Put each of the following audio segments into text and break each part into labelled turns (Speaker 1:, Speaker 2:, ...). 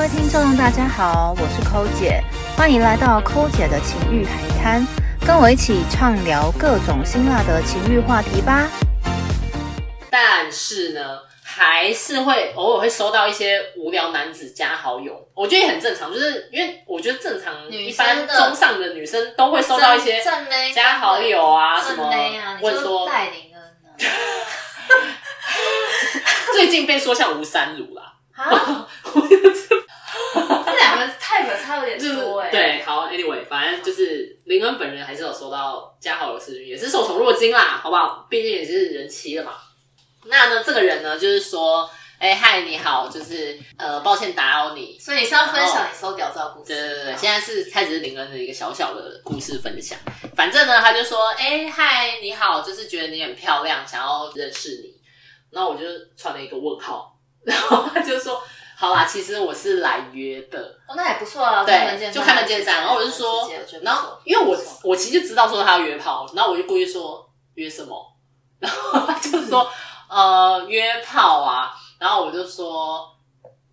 Speaker 1: 位听众，大家好，我是抠姐，欢迎来到抠姐的情欲海滩，跟我一起畅聊各种辛辣的情欲话题吧。
Speaker 2: 但是呢，还是会偶尔会收到一些无聊男子加好友，我觉得也很正常，就是因为我觉得正常
Speaker 3: 女
Speaker 2: 一
Speaker 3: 生的
Speaker 2: 般中上的女生都会收到一些
Speaker 3: 正妹
Speaker 2: 加好友啊什么
Speaker 3: 正妹啊，你
Speaker 2: 问
Speaker 3: 就
Speaker 2: 说
Speaker 3: 带领恩 啊，
Speaker 2: 最近被说像吴三如 啦，
Speaker 3: 啊，这两个 type 差有点
Speaker 2: 就是
Speaker 3: 多哎、
Speaker 2: 对，好，anyway，反正就是林恩本人还是有收到加好友私讯，也是受宠若惊啦，好不好？毕竟也是人妻了嘛。那呢，这个人呢，就是说，哎、嗨，你好，就是呃，抱歉打扰你，
Speaker 3: 所以你是要分享你收屌照的故事，啊
Speaker 2: 对对对，现在是开始是林恩的一个小小的故事分享。反正呢，他就说：“哎、嗨，你好，就是觉得你很漂亮，想要认识你。”然后我就传了一个问号， 然后他就说：“好啦，其实我是来约的，
Speaker 3: 哦，那也不错啊，开门
Speaker 2: 对，
Speaker 3: 见
Speaker 2: 就开门见山。”然后我就说
Speaker 3: 直接我觉得：“不错
Speaker 2: 然后因为我我其实就知道说他要约炮，然后我就故意说约什么，然后他就说呃约炮啊，然后我就说。”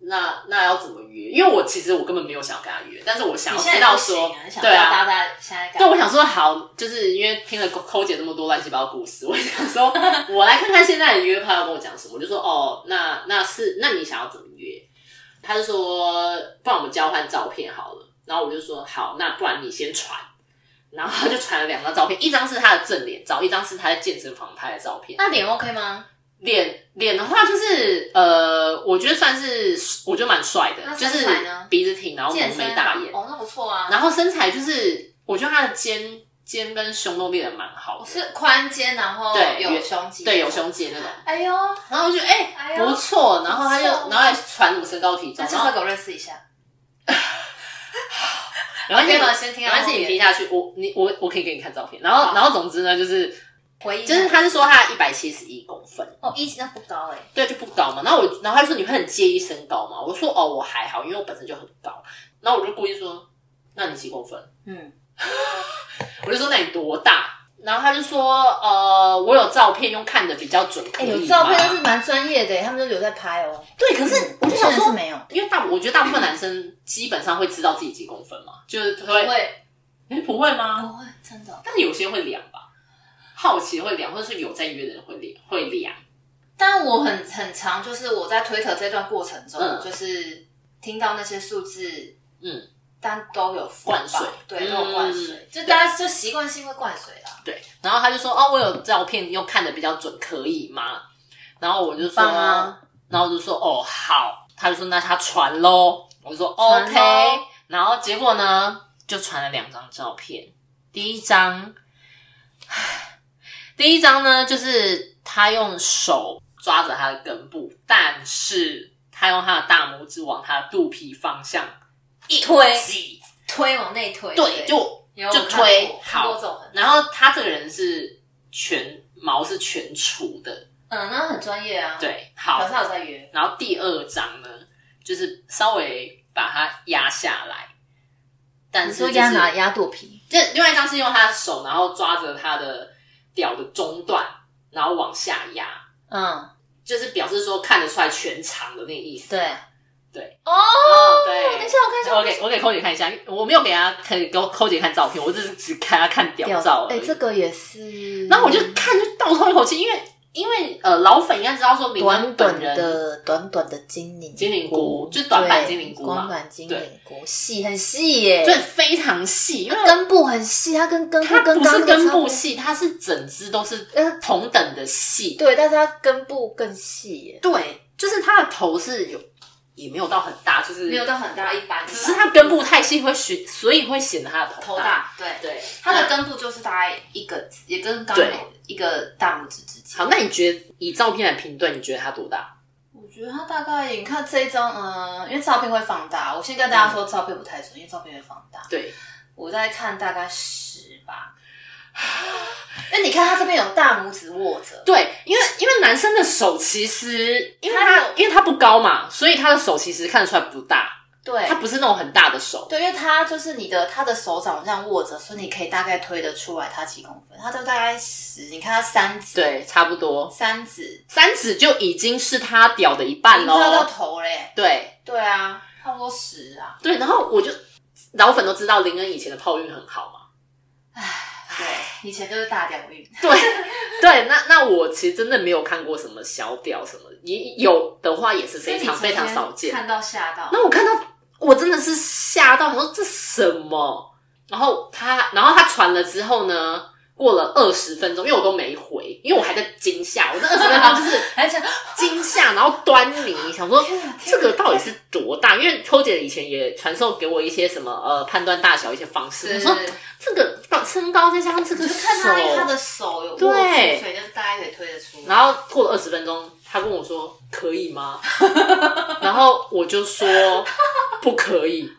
Speaker 2: 那那要怎么约？因为我其实我根本没有想要跟他约，但是我想
Speaker 3: 你
Speaker 2: 要
Speaker 3: 现在
Speaker 2: 知
Speaker 3: 也
Speaker 2: 道
Speaker 3: 不行
Speaker 2: 说，
Speaker 3: 啊你想
Speaker 2: 对啊，
Speaker 3: 大家现在干
Speaker 2: 对，
Speaker 3: 嘛
Speaker 2: 我想说好，就是因为听了抠姐这么多乱七八糟故事，我想说，我来看看现在的约炮要跟我讲什么。我就说哦，那那是那你想要怎么约？他就说，不然我们交换照片好了。然后我就说好，那不然你先传。然后他就传了两张照片，一张是他的正脸照，一张是他在健身房拍的照片。
Speaker 3: 那脸 OK 吗？
Speaker 2: 脸脸的话，就是呃，我觉得算是，我觉得蛮帅
Speaker 3: 那
Speaker 2: 的，就
Speaker 3: 身
Speaker 2: 是
Speaker 3: 材呢
Speaker 2: 鼻子挺，然后浓
Speaker 3: 健身
Speaker 2: 眉
Speaker 3: 啊
Speaker 2: 大眼，
Speaker 3: 哦，那不错啊。
Speaker 2: 然后身材就是，我觉得他的肩肩跟胸都练得蛮好
Speaker 3: 我
Speaker 2: 的，
Speaker 3: 是宽肩，然后
Speaker 2: 对
Speaker 3: 有
Speaker 2: 有
Speaker 3: 胸肌，
Speaker 2: 对，有。胸肌那种。
Speaker 3: 哎呦，
Speaker 2: 然后我就觉得哎、
Speaker 3: 哎呦
Speaker 2: 不错，然后他就
Speaker 3: 不错
Speaker 2: 然后还传什么身高体重，
Speaker 3: 那介
Speaker 2: 然
Speaker 3: 绍
Speaker 2: 后
Speaker 3: 给我认识一下。
Speaker 2: 然后
Speaker 3: 可以
Speaker 2: 你
Speaker 3: 吗先听到
Speaker 2: 然后
Speaker 3: 后
Speaker 2: 你
Speaker 3: 面
Speaker 2: 听下去，我你我我可以给你看照片。然后
Speaker 3: 好
Speaker 2: 然后总之呢，就是
Speaker 3: 回忆
Speaker 2: 就是他是说他一百七十一公分，
Speaker 3: 哦，一那不高哎，
Speaker 2: 对，就不高嘛。然后我，然后他就说你会很介意身高吗？我就说哦，我还好，因为我本身就很高。然后我就故意说，那你几公分？
Speaker 3: 嗯，
Speaker 2: 我就说那你多大？然后他就说呃，我有照片，用看的比较准，可
Speaker 3: 哎
Speaker 2: 以吗、
Speaker 3: 有照片但是蛮专业的，他们都有在拍哦。
Speaker 2: 对，可是我就想
Speaker 3: 有些人是
Speaker 2: 说，
Speaker 3: 没有，
Speaker 2: 因为大，我觉得大部分男生基本上会知道自己几公分嘛，就是会，
Speaker 3: 会
Speaker 2: 哎、不会吗？
Speaker 3: 不会真的？
Speaker 2: 但有些会量吧，好奇会量，或者是有在约的人会量，会量。
Speaker 3: 但我很很常就是我在推特这段过程中，
Speaker 2: 嗯
Speaker 3: 就是听到那些数字，
Speaker 2: 嗯，
Speaker 3: 但都有付
Speaker 2: 灌水
Speaker 3: 吧对，
Speaker 2: 嗯
Speaker 3: 都有灌水，就大家就习惯性会灌水啦。
Speaker 2: 对，然后他就说哦，我有照片，又看的比较准，可以吗？然后我就说，
Speaker 3: 棒啊
Speaker 2: 然后我就说哦好，他就说那他传喽，我就说
Speaker 3: 传
Speaker 2: OK，
Speaker 3: 咯
Speaker 2: 然后结果呢就传了两张照片，第一张，唉第一张呢就是他用手抓着他的根部，但是他用他的大拇指往他的肚皮方向一
Speaker 3: 推
Speaker 2: 挤，
Speaker 3: 推往内推，
Speaker 2: 对，就
Speaker 3: 有
Speaker 2: 就
Speaker 3: 我看过
Speaker 2: 推
Speaker 3: 看过
Speaker 2: 好
Speaker 3: 这种很，
Speaker 2: 然后他这个人是全毛是全除的，
Speaker 3: 嗯，那很专业啊，，
Speaker 2: 对，
Speaker 3: 表
Speaker 2: 好
Speaker 3: 示。他有在约，
Speaker 2: 然后第二章呢，就是稍微把它压下来，但是、就是、
Speaker 3: 压肚皮，
Speaker 2: 就另外一张是用他的手，然后抓着他的屌的中段，然后往下压，
Speaker 3: 嗯，
Speaker 2: 就是表示说看得出来全长的那个意思。
Speaker 3: 对，
Speaker 2: 对，
Speaker 3: 哦，
Speaker 2: 哦对
Speaker 3: 等一下我看一下，
Speaker 2: 我给我给抠姐看一下，我没有给她可以给我抠姐看照片，我只是只看她看屌照而已。
Speaker 3: 哎个也是
Speaker 2: 然后我就看就倒抽一口气，因为因为呃老粉应该知道说明恩本人
Speaker 3: 短短的精灵
Speaker 2: 精灵菇就短版精灵菇嘛
Speaker 3: 光短精灵
Speaker 2: 对
Speaker 3: 菇细很细耶，
Speaker 2: 对非常细，因为
Speaker 3: 根部很细，它跟根部
Speaker 2: 它
Speaker 3: 跟
Speaker 2: 不是
Speaker 3: 刚
Speaker 2: 根
Speaker 3: 那
Speaker 2: 部
Speaker 3: 个差
Speaker 2: 细，它是整只都是
Speaker 3: 不多，呃，
Speaker 2: 同等的细。
Speaker 3: 对，但是它根部更细耶，
Speaker 2: 对，就是它的头是有也没有到很大，就是
Speaker 3: 没有，到很大，一般，
Speaker 2: 只是它根部太细会显，所以会显得它的
Speaker 3: 头
Speaker 2: 头。
Speaker 3: 大，对，
Speaker 2: 对，
Speaker 3: 它的
Speaker 2: 那
Speaker 3: 根部就是大概一个，也跟刚
Speaker 2: 对
Speaker 3: 有一个大拇指之间。
Speaker 2: 好，那你觉得以照片来评断，你觉得它多大？
Speaker 3: 我觉得它大概，你看这一张，嗯、因为照片会放大，我先跟大家说照片不太准，因为照片会放大。
Speaker 2: 对，
Speaker 3: 我在看大概十吧， 那你看它这边有大拇指握着，
Speaker 2: 对，因为因为男生的手其实，因为
Speaker 3: 他
Speaker 2: 他因为他不高嘛，所以他的手其实看得出来不大，
Speaker 3: 对
Speaker 2: 他，不是那种很大的手。
Speaker 3: 对，因为它就是你的，它的手掌这样握着，所以你可以大概推得出来它几公分，它就大概十，你看它三指，，
Speaker 2: 对，差不多
Speaker 3: 三指，
Speaker 2: 三指就已经是他屌的一半
Speaker 3: 你快要到
Speaker 2: 喽。
Speaker 3: 头嘞，
Speaker 2: 对，
Speaker 3: 对啊，差不多十啊。
Speaker 2: 对，然后我就老粉都知道林恩以前的炮运很好嘛，
Speaker 3: 对，以前就是大屌运，
Speaker 2: 对 对，那那我其实真的没有看过什么小屌什么的，也有的话也是非常非常少见。
Speaker 3: 看到吓到。
Speaker 2: 那我看到我真的是吓到，想说这什么？然后他，然后他传了之后呢，过了二十分钟，因为我都没回，因为我还在惊吓，我那二十分钟就是
Speaker 3: 而且
Speaker 2: 惊吓，然后端倪，想说
Speaker 3: 天啊
Speaker 2: 这个到底是多大？因为秋姐以前也传授给我一些什么呃判断大小一些方式，我
Speaker 3: 是，
Speaker 2: 说这个到身高再加上这个
Speaker 3: 就
Speaker 2: 手，
Speaker 3: 看他他的手有握住，
Speaker 2: 对
Speaker 3: 所以就是大家可以推得出。
Speaker 2: 然后过了二十分钟，他跟我说可以吗？ 然后我就说不可以，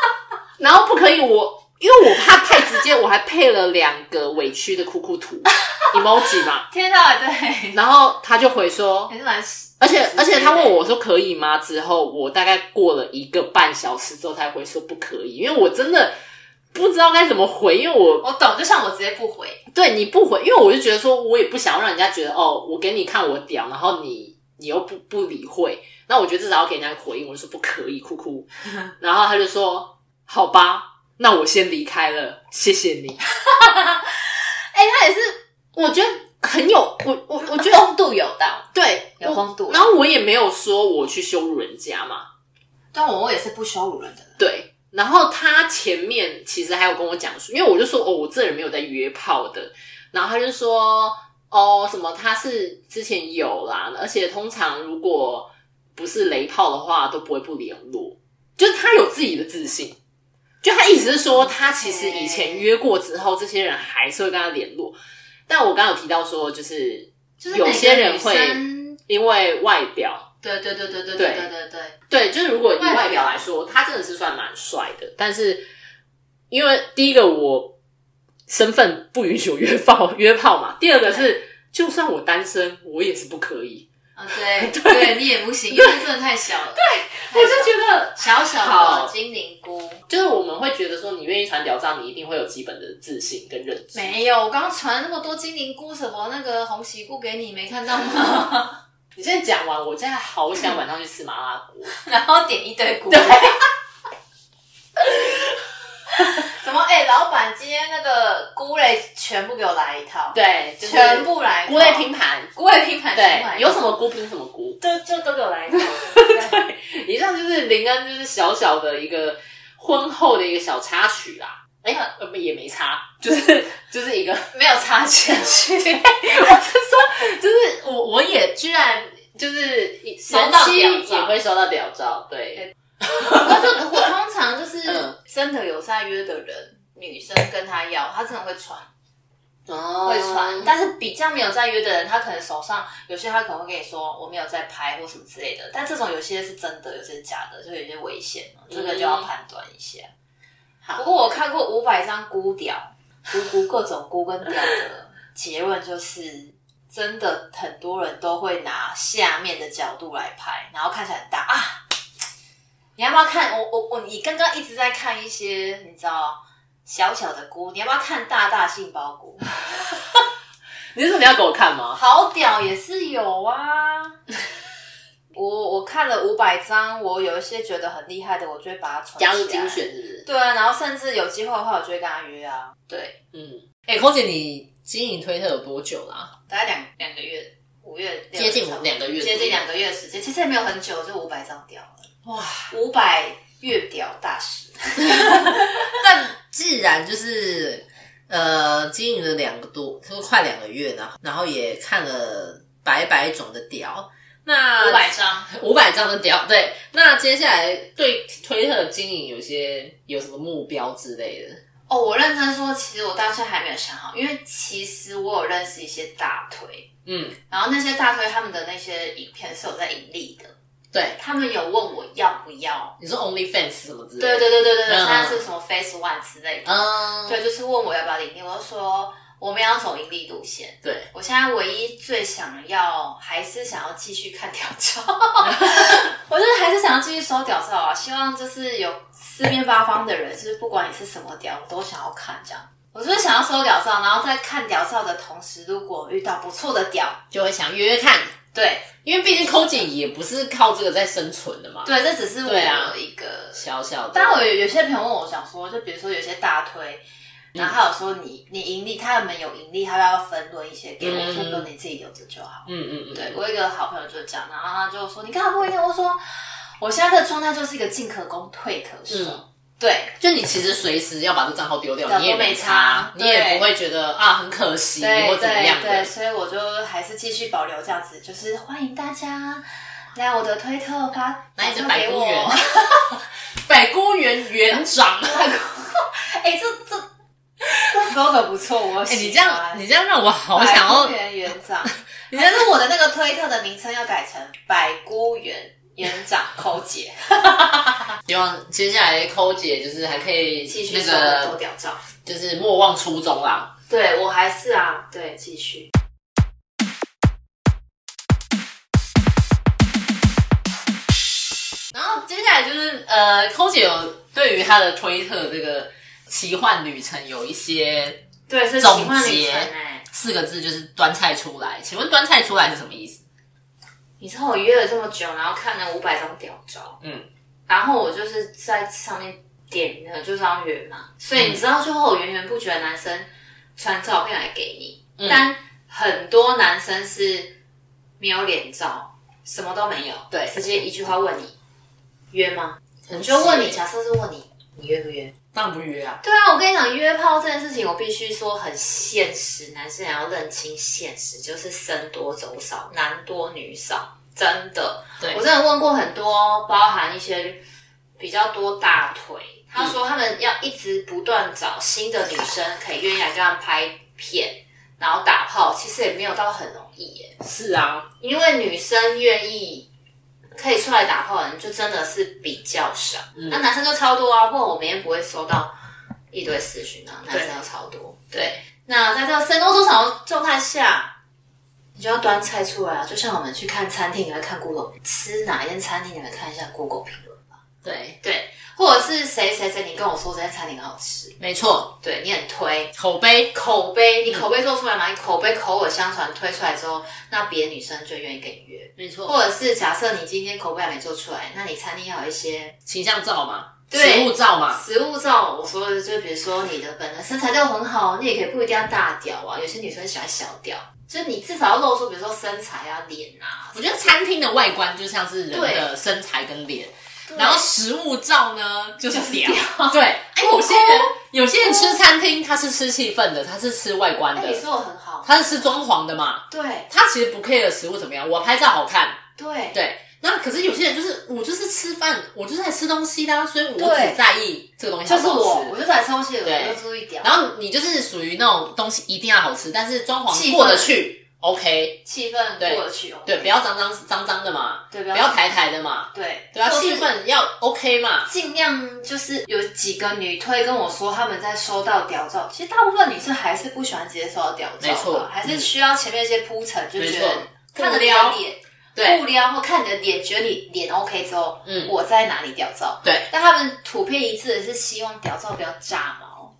Speaker 2: 然后不可以我。因为我怕太直接，我还配了两个委屈的哭哭图 emoji 嘛，
Speaker 3: 天哪，对，
Speaker 2: 然后他就回说，
Speaker 3: 也是蛮，
Speaker 2: 而且而且他问我说可以吗？之后我大概过了一个半小时之后才回说不可以，因为我真的不知道该怎么回，因为我
Speaker 3: 我懂，就像我直接不回，
Speaker 2: 对你不回，因为我就觉得说，我也不想要让人家觉得哦，我给你看我屌，然后你你又不不理会，那我觉得至少要给人家回应，我就说不可以，哭 哭。然后他就说好吧，那我先离开了，谢谢你。
Speaker 3: 哎、他也是
Speaker 2: 我觉得很有，我我我觉得
Speaker 3: 风度有道。
Speaker 2: 对
Speaker 3: 有风度
Speaker 2: 我然后我也没有说我去羞辱人家嘛，
Speaker 3: 但我我也是不羞辱人的人，
Speaker 2: 对，然后他前面其实还有跟我讲说，因为我就说哦，我这人没有在约炮的，然后他就说哦，什么他是之前有啦，而且通常如果不是雷炮的话，都不会不联络，就是他有自己的自信。就他意思是说，他其实以前约过之后，这些人还是会跟他联络。但我刚刚有提到说，就是
Speaker 3: 就是
Speaker 2: 有些人会
Speaker 3: 每个女生
Speaker 2: 因为外表
Speaker 3: 对对对对对
Speaker 2: 对
Speaker 3: 对对对对，
Speaker 2: 对，就是如果以
Speaker 3: 外表
Speaker 2: 外表来说，他真的是算蛮帅的。但是因为第一个我身份不允许我约炮 约炮嘛，第二个是就算我单身，我也是不可以。
Speaker 3: 啊 对对，你也不行，因为真的太小
Speaker 2: 我
Speaker 3: 了，对
Speaker 2: 就觉得，
Speaker 3: 小小
Speaker 2: 好
Speaker 3: 的精灵菇。
Speaker 2: 就是我们会觉得说，你愿意传屌照，你一定会有基本的自信跟认知。
Speaker 3: 没有，我刚刚传那么多精灵菇什么那个红旗菇给你，没看到吗？
Speaker 2: 你现在讲完，我现在好想晚上去吃麻辣锅。
Speaker 3: 然后点一堆菇。 什么？哎、老板，今天那个菇类全部给我来一套，，
Speaker 2: 对，就是
Speaker 3: 全部来一套
Speaker 2: 菇类，拼盘。
Speaker 3: 菇类拼盘全部来
Speaker 2: 对，
Speaker 3: 一套
Speaker 2: 有什么菇拼什么菇。
Speaker 3: 就就都给我来一套。 对
Speaker 2: 以上就是林恩就是小小的一个婚后的一个小插曲啦。哎、呃，不也没插，就是就是一个，
Speaker 3: 没有插 进去，
Speaker 2: 就是我我也居然就是
Speaker 3: 收到屌
Speaker 2: 人
Speaker 3: 照
Speaker 2: 妻也会收到屌照，对，
Speaker 3: 我就我通常就是
Speaker 2: 嗯
Speaker 3: 真的有在约的人，女生跟他要，他真的会传，
Speaker 2: 哦
Speaker 3: 会传。但是比较没有在约的人，他可能手上有些他可能会跟你说我没有在拍或什么之类的，但这种有些是真的，有些是假的，就有些危险了，这个就要判断一下。
Speaker 2: 好
Speaker 3: 嗯不过我看过五百张孤屌，孤孤各种孤跟屌的结论就是。真的很多人都会拿下面的角度来拍，然后看起来很大啊，你要不要看？我我我，你刚刚一直在看一些你知道小小的菇，你要不要看大大杏鲍菇？
Speaker 2: 你是说你要给我看吗？
Speaker 3: 好屌也是有啊。 我我看了五百张，我有一些觉得很厉害的，我就会把它存
Speaker 2: 加
Speaker 3: 起
Speaker 2: 入
Speaker 3: 来。
Speaker 2: 精选是不是？
Speaker 3: 对啊，然后甚至有机会的话，我就会跟他约啊。对，
Speaker 2: 嗯，哎、空姐你经营推特有多久啦？
Speaker 3: 大概两两个月，五月六
Speaker 2: 接近
Speaker 3: 差不多
Speaker 2: 两个月
Speaker 3: 接近两个月的时间，其实也没有很久，就五百张屌了，
Speaker 4: 哇！
Speaker 3: 五百月屌大师。
Speaker 4: 但既然就是呃经营了两个多，都快两个月了，然后也看了百百种的屌，那
Speaker 3: 张，
Speaker 4: 五百张的屌，对。那接下来对推特经营有些有什么目标之类的？
Speaker 3: 哦，我认真说，其实我到现在还没有想好，因为其实我有认识一些大推，
Speaker 4: 嗯，
Speaker 3: 然后那些大推他们的那些影片是有在盈利的，
Speaker 4: 对。
Speaker 3: 他们有问我要不要，
Speaker 4: 你说 OnlyFans 什么之类
Speaker 3: 对
Speaker 4: 的？
Speaker 3: 对对对对对，
Speaker 4: 嗯
Speaker 3: 现在是什么 Face One 之类的，
Speaker 4: 嗯，
Speaker 3: 对，就是问我要不要盈利，我就说我们要走盈利路线。
Speaker 4: 对，
Speaker 3: 我现在唯一最想要还是想要继续看屌照，我就是还是想要继续收屌照啊！希望就是有四面八方的人，就是不管你是什么屌，我都想要看这样。我就是想要收屌照，然后在看屌照的同时，如果遇到不错的屌，
Speaker 4: 就会想约约看。
Speaker 3: 对
Speaker 2: 因为毕竟抠姐也不是靠这个在生存的嘛。
Speaker 3: 对，这只是我
Speaker 5: 对啊
Speaker 3: 一个
Speaker 2: 小小的，
Speaker 3: 但我有有些朋友问我想说，就比如说有些大推，
Speaker 2: 嗯
Speaker 3: 然后他有说你你盈利，他们有盈利，他要分论一些给我，
Speaker 2: 嗯
Speaker 3: 我说不，你自己留着就好。
Speaker 2: 嗯嗯嗯，
Speaker 3: 对我有一个好朋友就这样，然后他就说你干嘛不一定？我说我现在的状态就是一个进可攻退可守，
Speaker 2: 嗯
Speaker 3: 对
Speaker 2: 就你其实随时要把这账号丢掉，
Speaker 3: 对
Speaker 2: 你也
Speaker 3: 都没
Speaker 2: 差
Speaker 3: 差，
Speaker 2: 你也
Speaker 3: 啊对
Speaker 2: 不会觉得啊很可惜或
Speaker 3: 对
Speaker 2: 怎么样
Speaker 3: 对对，
Speaker 2: 的。
Speaker 3: 所以我就还是继续保留这样子，就是欢迎大家来我的推特发
Speaker 2: 拿你的
Speaker 3: 转发
Speaker 2: 百
Speaker 3: 给
Speaker 2: 菇
Speaker 3: 我。
Speaker 2: 园， 百菇园园长，
Speaker 3: 哎、这这这 s l o 不错，我
Speaker 2: 哎、
Speaker 3: 喜欢。
Speaker 2: 你这样你这样让我好想
Speaker 3: 百菇
Speaker 2: 要，
Speaker 3: 园园长，还是我的那个推特的名称要改成百菇园园长抠 姐，
Speaker 2: 希望接下来抠姐就是还可以
Speaker 3: 继续
Speaker 2: 那
Speaker 3: 收的多
Speaker 2: 个
Speaker 3: 屌照。
Speaker 2: 就是莫忘初衷啦。
Speaker 3: 对我还是啊，对，继续。
Speaker 2: 然后接下来就是呃，抠姐有对于她的推特这个奇幻旅程有一些
Speaker 3: 对，是
Speaker 2: 总
Speaker 3: 奇幻旅
Speaker 2: 结
Speaker 3: 程哎、
Speaker 2: 四个字，就是端菜出来。请问端菜出来是什么意思？
Speaker 3: 你知道我约了这么久，然后看了五百张屌照，
Speaker 2: 嗯，
Speaker 3: 然后我就是在上面点那个就是要约嘛，所以你知道最后我源源不绝的男生传照片来给你，
Speaker 2: 嗯
Speaker 3: 但很多男生是没有脸照，什么都没有，
Speaker 5: 对
Speaker 3: 直接一句话问你约吗？
Speaker 2: 很
Speaker 3: 我就问啊你，，假设是问你，你约不约？
Speaker 2: 当然不约啊。
Speaker 3: 对啊，我跟你讲，约炮这件事情，我必须说很现实，男生也要认清现实，就是僧多粥少，男多女少，真的。
Speaker 2: 对
Speaker 3: 我真的问过很多，包含一些比较多大腿，他说他们要一直不断找新的女生可以愿意来跟他们拍片，然后打炮，其实也没有到很容易耶。
Speaker 5: 是啊，
Speaker 3: 因为女生愿意可以出来打炮的人，就真的是比较少。那男生就超多啊，不然我每天不会收到一堆私讯啊，男生又超多。对，那在这个僧多粥少的状态下，你就要端菜出来啊，就像我们去看餐厅，你会看 Google 吃哪一间餐厅，你会看一下 Google 评论吧。
Speaker 2: 对，
Speaker 3: 对，或者是谁谁谁，你跟我说这间餐厅很好吃，
Speaker 2: 没错，
Speaker 3: 对你很推，
Speaker 2: 口碑
Speaker 3: 口碑，你口碑做出来嘛，你口碑口耳相传推出来之后，那别的女生就愿意跟你约。
Speaker 2: 没错，
Speaker 3: 或者是假设你今天口碑还没做出来，那你餐厅要有一些
Speaker 2: 形象照嘛，
Speaker 3: 对
Speaker 2: 食物照嘛，
Speaker 3: 食物照。我说的就比如说你的本来身材就很好，你也可以不一定要大屌啊，有些女生喜欢小屌，就是你至少要露出，比如说身材啊、脸啊。
Speaker 2: 我觉得餐厅的外观就像是人的身材跟脸，然后食物照呢就是屌。对，哎，有些
Speaker 3: 哦
Speaker 2: 人有些人吃餐厅，他是吃气氛的，他是吃外观
Speaker 3: 哎、你
Speaker 2: 的，
Speaker 3: 说我很好，
Speaker 2: 他是吃装潢的嘛，
Speaker 3: 对
Speaker 2: 他其实不 care 食物怎么样，我拍照好看。
Speaker 3: 对
Speaker 2: 对，那可是有些人就是我就是吃饭，我就是来吃东西的啊、所以我
Speaker 3: 对
Speaker 2: 只在意这个东西
Speaker 3: 就
Speaker 2: 好
Speaker 3: 是
Speaker 2: 不好
Speaker 3: 我
Speaker 2: 吃，
Speaker 3: 我就在抽血，
Speaker 2: 对
Speaker 3: 我就注意屌，
Speaker 2: 然后你就是属于那种东西一定要好吃，但是装潢
Speaker 3: 气氛
Speaker 2: 过得去，OK，
Speaker 3: 气氛
Speaker 2: 对
Speaker 3: 过得去哦，
Speaker 2: 对，不要脏脏脏脏的嘛，
Speaker 3: 对不
Speaker 2: 不
Speaker 3: 要
Speaker 2: 要抬抬的嘛，
Speaker 3: 对
Speaker 2: 对啊，
Speaker 3: 或是
Speaker 2: 气氛要 OK 嘛，
Speaker 3: 尽量就是有几个女推跟我说，她们在收到屌照，其实大部分女生还是不喜欢直接收到屌照
Speaker 2: 没
Speaker 3: 吧，
Speaker 2: 错
Speaker 3: 还是需要前面一些铺陈，就
Speaker 2: 没
Speaker 3: 觉
Speaker 2: 错
Speaker 3: 得看
Speaker 2: 不
Speaker 3: 着你
Speaker 2: 撩
Speaker 3: 的脸，
Speaker 2: 对
Speaker 3: 不撩或看你的脸，觉得你脸 OK 之后，
Speaker 2: 嗯
Speaker 3: 我在哪里屌照？
Speaker 2: 对，
Speaker 3: 但他们普遍一致的是希望屌照不要炸毛，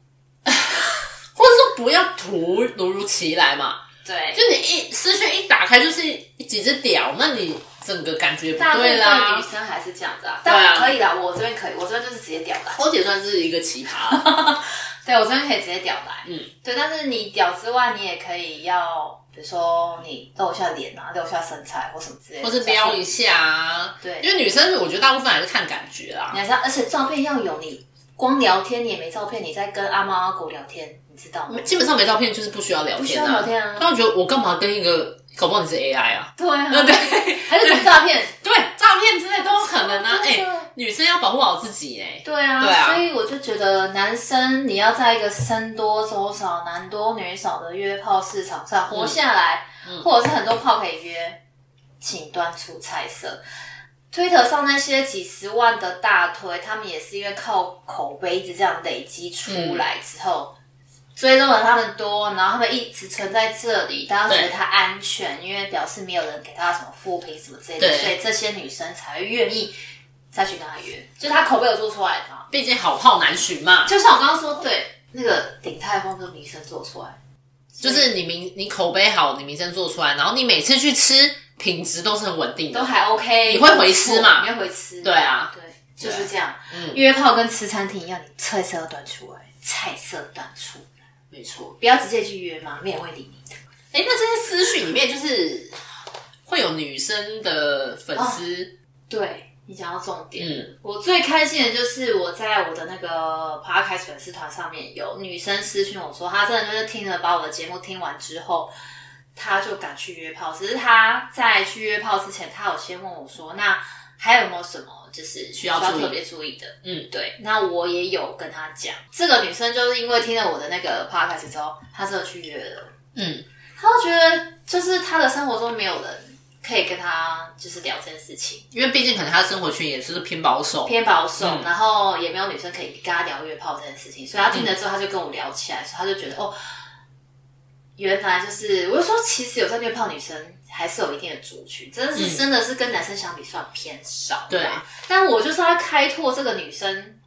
Speaker 2: 或者说不要突如如其来嘛，
Speaker 3: 对，
Speaker 2: 就你一私讯一打开就是几只屌，那你整个感觉不
Speaker 3: 大部
Speaker 2: 对
Speaker 3: 分女
Speaker 2: 啦。
Speaker 3: 生还是这样子啊，
Speaker 2: 对啊
Speaker 3: 但可以啦，我这边可以，我这边就是直接屌啦。
Speaker 2: 抠姐算是一个奇葩，
Speaker 3: 对，我这边可以直接屌来。
Speaker 2: 嗯
Speaker 3: 嗯，对，但是你屌之外，你也可以要，比如说你露一下脸啊，露一下身材或什么之类的，
Speaker 2: 或是撩一
Speaker 3: 下。
Speaker 2: 下啊，
Speaker 3: 对
Speaker 2: 因为女生我觉得大部分还是看感觉啦
Speaker 3: 你，还是要，而且照片要有你，光聊天你也没照片，你在跟阿猫阿狗聊天，你知道吗？
Speaker 2: 基本上没照片就是不需要聊
Speaker 3: 不需
Speaker 2: 天
Speaker 3: 要
Speaker 2: 啊
Speaker 3: 聊，天啊。
Speaker 2: 那我觉得我干嘛跟一个，搞不 好你是 AI 啊？
Speaker 3: 对啊，
Speaker 2: 对
Speaker 3: 还是什么诈骗？
Speaker 2: 对，诈骗之类都有可能啊。哎、
Speaker 3: 真的
Speaker 2: 女生要保护好自己哎、
Speaker 3: 对啊，
Speaker 2: 对啊
Speaker 3: 所以我就觉得男生你要在一个僧多粥少、男多女少的约炮市场上活下来，
Speaker 2: 嗯
Speaker 3: 或者是很多炮可以约，请端出菜色。推特上那些几十万的大推，他们也是因为靠口碑一直这样累积出来之后，追踪了他们多，然后他们一直存在这里，大家觉得他安全，因为表示没有人给他什么负评什么之类的，
Speaker 2: 对
Speaker 3: 所以这些女生才会愿意再去跟他约，就他口碑有做出来嘛。
Speaker 2: 毕竟好炮难寻嘛，
Speaker 3: 就像我刚刚说，对那个鼎泰丰跟女生做出来，
Speaker 2: 就是你名你口碑好，你名声做出来，然后你每次去吃，品质都是很稳定的，
Speaker 3: 都还 OK。
Speaker 2: 你会回吃嘛
Speaker 3: 你会回吃。
Speaker 2: 对啊，
Speaker 3: 对，就是这样。
Speaker 2: 嗯
Speaker 3: 约炮跟吃餐厅一样，你菜色要端出来，菜色端出来，
Speaker 2: 没错。
Speaker 3: 不要直接去约嘛，没有人会理你的。
Speaker 2: 哎、那这些私讯里面就是会有女生的粉丝，
Speaker 3: 对你讲到重点，
Speaker 2: 嗯，
Speaker 3: 我最开心的就是我在我的那个 podcast 粉丝团上面有女生私讯我说，她真的就是听了把我的节目听完之后，她就敢去约炮。只是她在去约炮之前，她有先问我说，那还有没有什么就是需
Speaker 2: 要
Speaker 3: 要
Speaker 2: 注意
Speaker 3: 特别注意的？
Speaker 2: 嗯，
Speaker 3: 对。那我也有跟她讲，这个女生就是因为听了我的那个 podcast 之后，她真的去约了。
Speaker 2: 嗯，
Speaker 3: 她就觉得就是她的生活中没有人可以跟她就是聊这件事情。
Speaker 2: 因为毕竟可能她的生活圈也是偏保守，
Speaker 3: 偏保守，
Speaker 2: 嗯
Speaker 3: 然后也没有女生可以跟他聊约炮这件事情，所以他听了之后，他就跟我聊起来，所以他就觉得哦，原来就是，我就说其实有在约炮女生还是有一定的族群，真的是、
Speaker 2: 嗯
Speaker 3: 真的是跟男生相比算偏少啦，
Speaker 2: 对
Speaker 3: 但我就是要开拓这个女生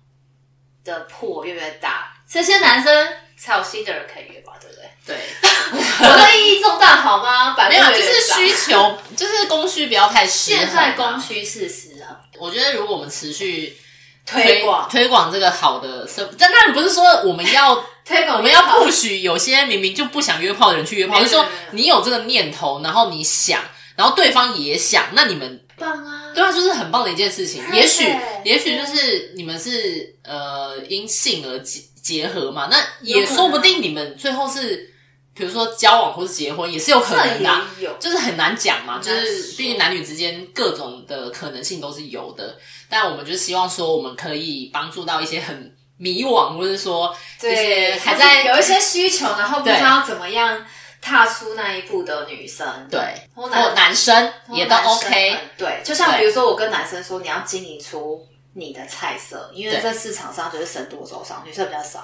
Speaker 3: 的破越来越大，这些男生才有新的人可以约吧，对 不对？
Speaker 2: 对，
Speaker 3: 我的意义重大好吗？百
Speaker 2: 没有，
Speaker 3: 分
Speaker 2: 啊
Speaker 3: 之
Speaker 2: 就是需求，就是供需不要太失衡
Speaker 3: 现
Speaker 2: 啊
Speaker 3: 在供，需是失衡，
Speaker 2: 我觉得如果我们持续
Speaker 3: 推广
Speaker 2: 推广这个好的社，但当然不是说我们要
Speaker 3: 推广
Speaker 2: 我们要
Speaker 3: 约炮
Speaker 2: push 有些明明就不想约炮的人去约炮，就
Speaker 3: 没有
Speaker 2: 是说
Speaker 3: 没有没有
Speaker 2: 你有这个念头，然后你想，然后对方也想，那你们
Speaker 3: 棒啊，
Speaker 2: 对啊，就是很棒的一件事情。也许
Speaker 3: 对
Speaker 2: 也许就是你们是呃因性而结结合嘛，那也
Speaker 3: 有可能
Speaker 2: 说不定你们最后是比如说交往或是结婚也是有可能
Speaker 3: 这
Speaker 2: 的啊、
Speaker 3: 也有。
Speaker 2: 就是很难讲嘛，就
Speaker 3: 很难
Speaker 2: 是
Speaker 3: 说
Speaker 2: 毕竟男女之间各种的可能性都是有的，但我们就是希望说我们可以帮助到一些很迷惘，或者说一些
Speaker 3: 对，
Speaker 2: 还在
Speaker 3: 有一些需求，然后不知
Speaker 2: 对
Speaker 3: 道怎么样踏出那一步的女生，
Speaker 2: 对
Speaker 3: 或
Speaker 2: 或
Speaker 3: 男
Speaker 2: 哦男生也都
Speaker 3: 哦男生
Speaker 2: OK，
Speaker 3: 们对，就像
Speaker 2: 对
Speaker 3: 比如说我跟男生说，你要经营出你的菜色，因为
Speaker 2: 对
Speaker 3: 在市场上就是僧多粥少，女生比较少。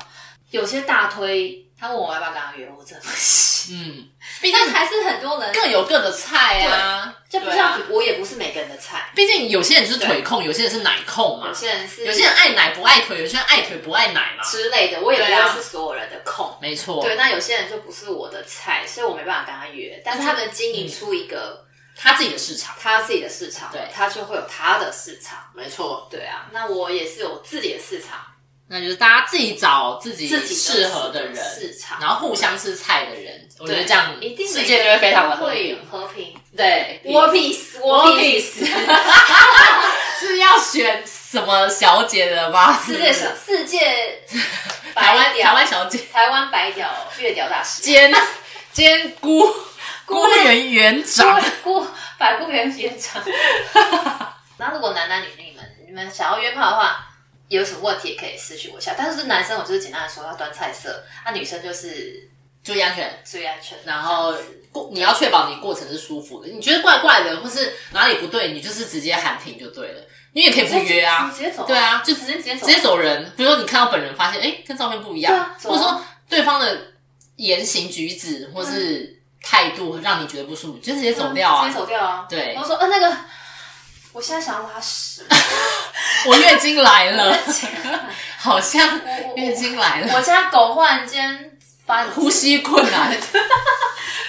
Speaker 3: 有些大推，他问我要不要跟他约，我真的不行。
Speaker 2: 嗯，
Speaker 3: 毕竟还是很多人，
Speaker 2: 各有各的菜啊，
Speaker 3: 就不
Speaker 2: 对啊
Speaker 3: 像我也不是每个人的菜，
Speaker 2: 毕竟有些人就是腿控，有些人是奶控嘛
Speaker 3: 有，些人是
Speaker 2: 有些人爱奶不爱腿，有些人爱腿不爱奶嘛，
Speaker 3: 之类的，我也不
Speaker 2: 对啊啊
Speaker 3: 会是所有人的控。
Speaker 2: 没错，
Speaker 3: 对，那有些人就不是我的菜，所以我没办法跟他约。但是他能经
Speaker 2: 嗯
Speaker 3: 营出一个
Speaker 2: 他自己的市场，
Speaker 3: 他自己的市场，
Speaker 2: 对
Speaker 3: 他就会有他的市场，
Speaker 1: 没错，
Speaker 3: 对啊。那我也是有自己的市场，
Speaker 2: 那就是大家自己找自己
Speaker 3: 自己
Speaker 2: 适合的人，
Speaker 3: 市场，
Speaker 2: 然后互相是菜的人，我觉得
Speaker 3: 对
Speaker 2: 这样
Speaker 3: 一定
Speaker 2: 世界就会非常的和
Speaker 3: 会
Speaker 2: 平
Speaker 3: 有。和平。
Speaker 2: 对，
Speaker 3: War peace, war peace，
Speaker 2: 是要选什么小姐的吗？
Speaker 3: 世界上世界
Speaker 2: 台湾
Speaker 3: 白
Speaker 2: 台
Speaker 3: 屌，
Speaker 2: 湾小姐
Speaker 3: 台湾白屌月屌 大师，
Speaker 2: 兼兼 孤孤园园长，
Speaker 3: 顾百顾园 园长。那如果男男女女们，你们想要约炮的话，有什么问题也可以私讯我一下。但是男生我就是简单的说要端菜色，那、女生就是
Speaker 2: 注意安全。
Speaker 3: 最安全的这
Speaker 2: 然
Speaker 3: 样子。
Speaker 2: 后过你要确保你过程是舒服的，你觉得怪怪的或是哪里不对，你就是直接喊停就对了，你也可以不约啊
Speaker 3: 你。直接走，
Speaker 2: 对啊，就
Speaker 3: 直接直接走
Speaker 2: 直接走人。比如说你看到本人，发现哎、诶跟照片不一样，
Speaker 3: 对啊走
Speaker 2: 或
Speaker 3: 啊
Speaker 2: 者说对方的言行举止或是态度让你觉得不舒服，就直接走掉
Speaker 3: 嗯直
Speaker 2: 啊
Speaker 3: 接。走掉啊。
Speaker 2: 对
Speaker 3: 然后说，呃，那个，我现在想要拉屎，
Speaker 2: 我月经来了， 好像月经来了，
Speaker 3: 我家狗忽然间发现
Speaker 2: 呼吸困难。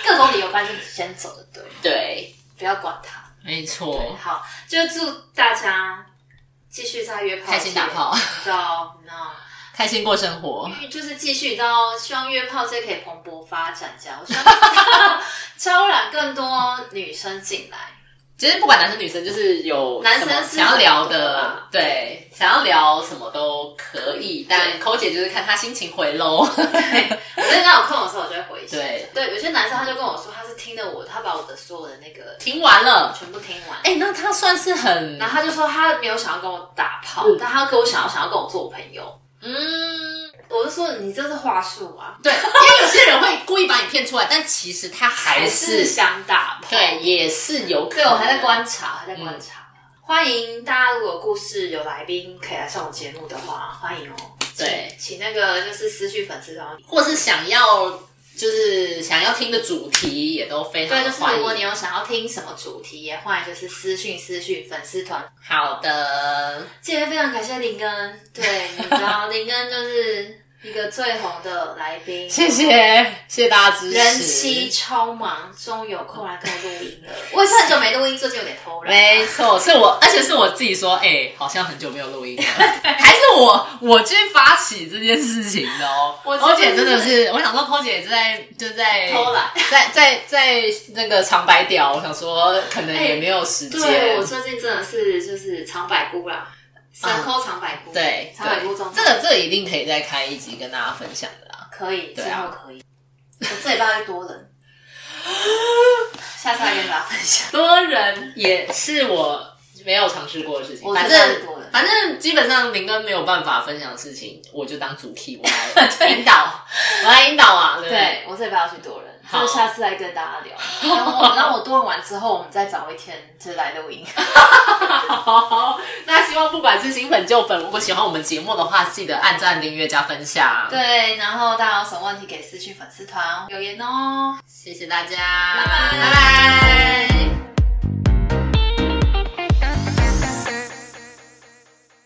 Speaker 3: 各种理由，发现先走的对，
Speaker 2: 对，
Speaker 3: 不要管它。
Speaker 2: 没
Speaker 3: 对，
Speaker 2: 错，
Speaker 3: 好，就祝大家继续在约炮，
Speaker 2: 开心打，炮，
Speaker 3: 你知道，你知道。
Speaker 2: 开心过生活。
Speaker 3: 就是继续，你知道，希望约炮这可以蓬勃发展，这样，我希望 招揽更多女生进来。
Speaker 2: 其实不管男生女生，就是有
Speaker 3: 男生
Speaker 2: 什么
Speaker 3: 是
Speaker 2: 想要聊
Speaker 3: 很多
Speaker 2: 的
Speaker 3: 啦，
Speaker 2: 对，想要聊什么都可以，但
Speaker 3: 对
Speaker 2: 抠姐就是看她心情回喽。
Speaker 3: 所以他有空的时候，我就会回信。
Speaker 2: 对
Speaker 3: 对，有些男生他就跟我说，他是听了我，他把我的所有的那个
Speaker 2: 听完了，
Speaker 3: 全部听完。
Speaker 2: 哎、那她算是很
Speaker 3: 然后他就说他没有想要跟我打炮，
Speaker 1: 嗯
Speaker 3: 但他跟我想要想要跟我做朋友。
Speaker 2: 嗯，
Speaker 3: 我就说你这是话术啊吗？
Speaker 2: 对，因为有些人会故意把你骗出来，但其实他还是
Speaker 3: 想打炮？
Speaker 2: 对，也是有可
Speaker 3: 对
Speaker 2: 能。
Speaker 3: 我还在观察，还在观察。
Speaker 2: 嗯
Speaker 3: 欢迎大家，如果有故事有来宾可以来上我节目的话，欢迎哦。
Speaker 2: 对
Speaker 3: 请，请那个就是私讯粉丝团。
Speaker 2: 或是想要就是想要听的主题也都非常
Speaker 3: 对，
Speaker 2: 的
Speaker 3: 就是
Speaker 2: 欢迎。
Speaker 3: 如果你有想要听什么主题，也欢迎就是私讯私讯粉丝团
Speaker 2: 好的，
Speaker 3: 今天非常感谢林恩，对，你知道林恩就是一个最红的来宾，
Speaker 2: 谢谢谢谢大家支持。
Speaker 3: 人妻超忙，终于有空来跟我录音了。我也是很久没录音，最近有点偷懒。
Speaker 2: 没错，是我，而且是我自己说，哎、好像很久没有录音 了，还是我我去发起这件事情的哦。
Speaker 3: 我
Speaker 2: 抠姐真的是，我想说抠姐也是在就在
Speaker 3: 偷懒。
Speaker 2: 在在在那个长白屌，我想说可能也没有时间、
Speaker 3: 哎对我最近真的是就是尝百菇啦，
Speaker 2: 啊
Speaker 3: 深抠尝百
Speaker 2: 嗯
Speaker 3: 菇，
Speaker 2: 对
Speaker 3: 尝百菇中
Speaker 2: 这个这个一定可以再开一集跟大家分享的啦。
Speaker 3: 可以，
Speaker 2: 对
Speaker 3: 之
Speaker 2: 啊
Speaker 3: 后可以。我这礼拜会 多人，下次来跟大家分享。
Speaker 2: 多人也是我没有尝试过的事情，
Speaker 3: 我
Speaker 2: 反
Speaker 3: 知道
Speaker 2: 正
Speaker 3: 是多人
Speaker 2: 反正基本上林恩没有办法分享的事情，我就当主 key，我 来引导，我来引导啊，对不对
Speaker 3: 对，我这礼拜要去多人，
Speaker 2: 好
Speaker 3: 就是下次再跟大家聊。然后我，然后我多人完之后，我们再找一天就是来录音。
Speaker 2: 好，那希望不管是新粉旧粉，如果喜欢我们节目的话，记得按赞、订阅、加分享。，
Speaker 3: 对，然后大家有什么问题给私讯粉丝团留言哦。
Speaker 2: 谢谢大家，
Speaker 3: 拜拜
Speaker 2: 拜拜